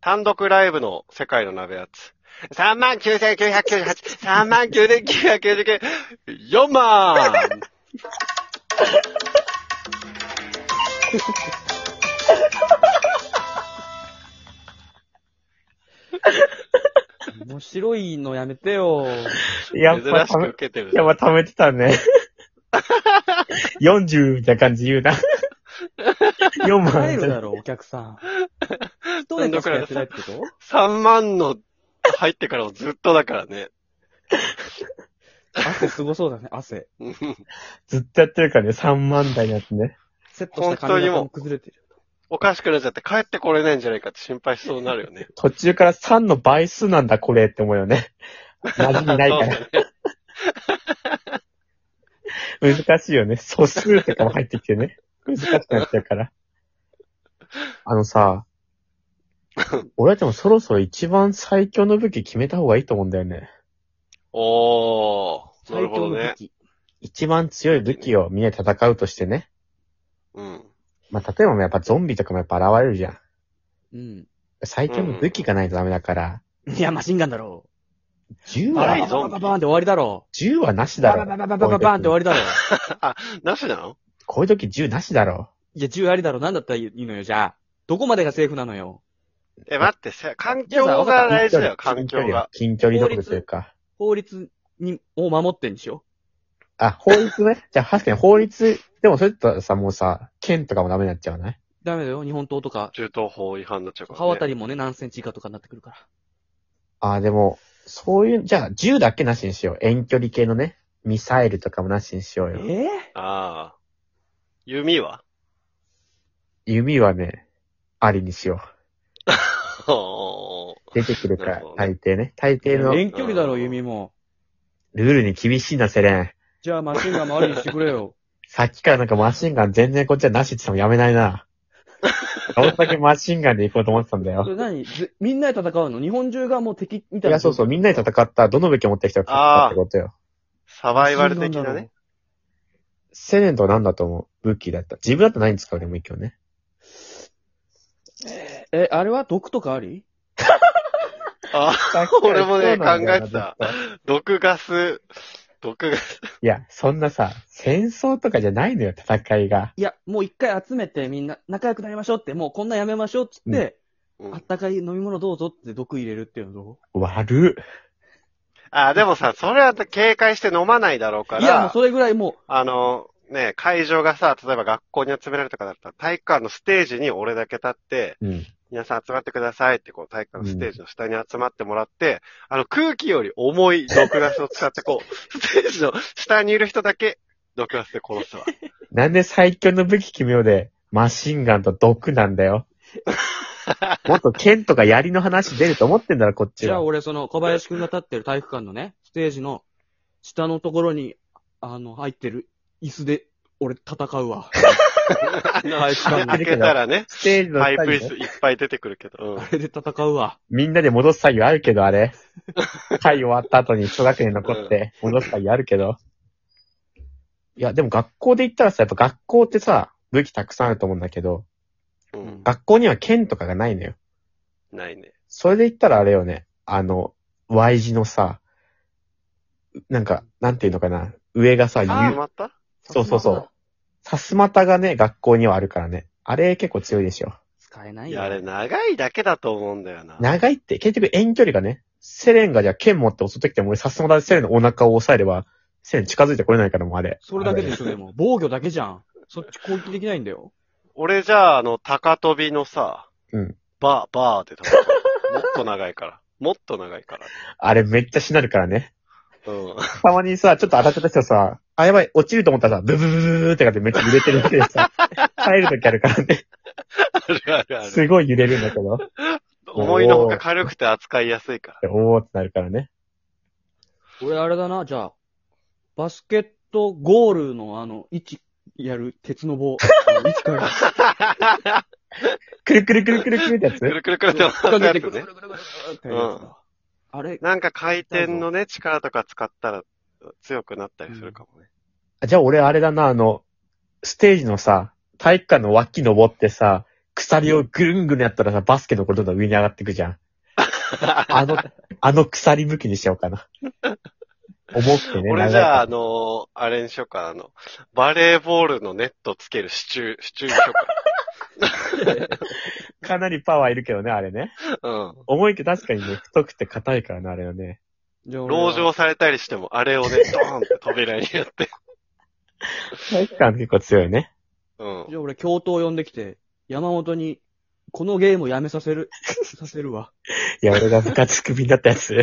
単独ライブの世界の鍋やつ。3万9998、3万9999、4万面白いのやめてよ。珍やっぱしたくめ受、けてる。やっぱ貯めてたね。40みたいな感じ言うな。4帰る万。だろ、お客さん。一年しかやってないってこと3万の入ってからもずっとだからね。 汗すごそうだね、汗。ずっとやってるからね、3万台のやつね。セットした髪型も崩れてる。おかしくなっちゃって帰ってこれないんじゃないかって心配しそうになるよね。途中から3の倍数なんだ、これって思うよね。馴染みないかそ ら。うだね難しいよね。素数とかも入ってきてね。難しくなっちゃうから。あ のさ、俺はでもそろそろ一番最強の武器決めた方がいいと思うんだよね。おー、なる最ほ強のどね。武器。一番強い武器をみんなで戦うとしてね。うん。 まあ、例えばやっぱゾンビとかもやっぱ現れるじゃん。うん。最強の武器がないとダメだから、いや、マシンガンだろ。銃なバいンは、ぞバンバンバンって終わりだろ。銃はなしだバンバンバろ。ンバンバンバンバンって終わりだろ。なしなのこういう時銃なしだろ。いや、銃ありだろ。なんだったらいいのよ、じゃあ。どこまでがセーフなのよ。え、待って、せ環境が大事だよ、環境が。近距離どころというか。法律に、を守ってんでしょあ、法律ね。じゃあ確かに法律、でもそれだったらさ、もうさ、剣とかもダメになっちゃうね。ダメだよ、日本刀とか。中東法違反になっちゃうから、ね。刃渡りもね、何センチ以下とかになってくるから。あー、でも、そういう、じゃあ銃だけなしにしよう。遠距離系のね。ミサイルとかもなしにしようよ。えああ。弓は 弓はね、ありにしよおーう。出てくるかならるほ、ど大抵ね。大抵の遠距離だろ、弓も。ルールに厳しいな、セレン。じゃあ、マシンガンもありにしてくれよ。さっきからなんかマシンガン全然こっちはなしって言ってもやめないな。どんだけマシンガンで行こうと思ってたんだそ れよ。何ぜみんなで戦うの日本中がもう敵みいたいな。や、そうそう、みんなで戦ったらどの武器を持ってきたら勝ったってことよ。サバイバル的なね。セレンとは何だと思う武器だった。自分だったら何使うでもいいけどね。え、あれは毒とかありあ俺もね考えてた。ー毒ガス、毒ガス。 いや、そんなさ、戦争とかじゃないのよ、戦いが。いや、もう一回集めてみんな仲良くなりましょうって、もうこんなんやめましょうっつって、うんあったかい飲み物どうぞって毒入れるっていうのど悪ああ、でもさ、それは警戒して飲まないだろうかういや、もうら、それぐらいもあの、ね、会場がさ、例えば学校に集められるとかだったら、体育館のステージに俺だけ立って、い。うん。皆さん集まってくださいって、こう、体育館のステージの下に集まってもらって、あの、空気より重い毒ガスを使って、こう、 ステージの下にいる人だけ、毒ガスで殺すわ。なんで最強の武器決めようで、マシンガンと毒なんだよ。もっと剣とか槍の話出ると思ってんだろ、こっう、ちじゃはあ。俺その小林くんが立ってる体育館のね、ステージの下のところに、あの、入ってる椅子で、俺戦うわ。あの体育館開けたらね、ステージのパイ下プに椅ね子いっぱい出てくるけど。あれで戦うわ。みんなで戻す作業あるけど、あれ。会終わった後に一学年残って、戻す作業あるけど。いや、でも学校で言ったらさ、やっぱ学校ってさ、武器たくさんあると思うんだけど、うん。ううんん、学校には剣とかがないのよ。ないね。それで言ったらあれよね、あの、Y 字のさ、なんか、なんていうのかな、上がさ、あゆー、埋まったそうそうそう。さすまたがね、学校にはあるからね。あれ結構強いでしょ。使えないいや、あれよ。長いだけだと思うんだよな。長いって、結局遠距離がね、セレンがじゃあ剣持って襲ってきても、俺さすまたでセレンのお腹を押さえれば、セレン近づいてこれないからもうあれ。それだけあでしょ、でも。防御だけじゃん。そっち攻撃できないんだよ。俺じゃあ、あの、高飛びのさ、うんバー、バーで戦う。 もっと長いから。もっと長いから。あれめっちゃしなるからね。うん。 たまにさ、ちょっと当たっちゃった人さ、あ、やばい、落ちると思ったらさ、ブブブブブってかってめっちゃ揺れてるだけで さ、入るときあるからね。あるあるある。すごい揺れるんだけど、思いのほか軽くて扱いやすいから。おーってなるからね。俺あれだな、じゃあ、バスケットゴールのあの、位置やる鉄の 棒。あの位置から。くるくるくるくるくるってやくつるくるくるってか回すけてくる やくつね。るくるくるってやつだあれ、なんか回転のね、力とか使ったら強くなったりするかもね。あじゃあ俺あれだな、あの、ステージのさ、体育館の脇登ってさ、鎖をぐるんぐるんやったらさ、バスケのことだ上に上がってくじゃ ん。あの、あの鎖武器にしようかな。重くてね。俺じゃあ、長いあの、あれにしようか、あの、バレーボールのネットつける支柱、支柱にしよかなりパワーいるけどね、あれね。うか。重いけど確かにね、太くて硬いからね、あれはね。じゃあうん。俺は籠城されたりしても、あれをね、ドーンって扉にやって。体育館結構強いね。うんじ。ゃあ俺、教頭呼んできて、山本に、このゲームをやめさせる、させるわ。いや、俺が部活クビになったやつ。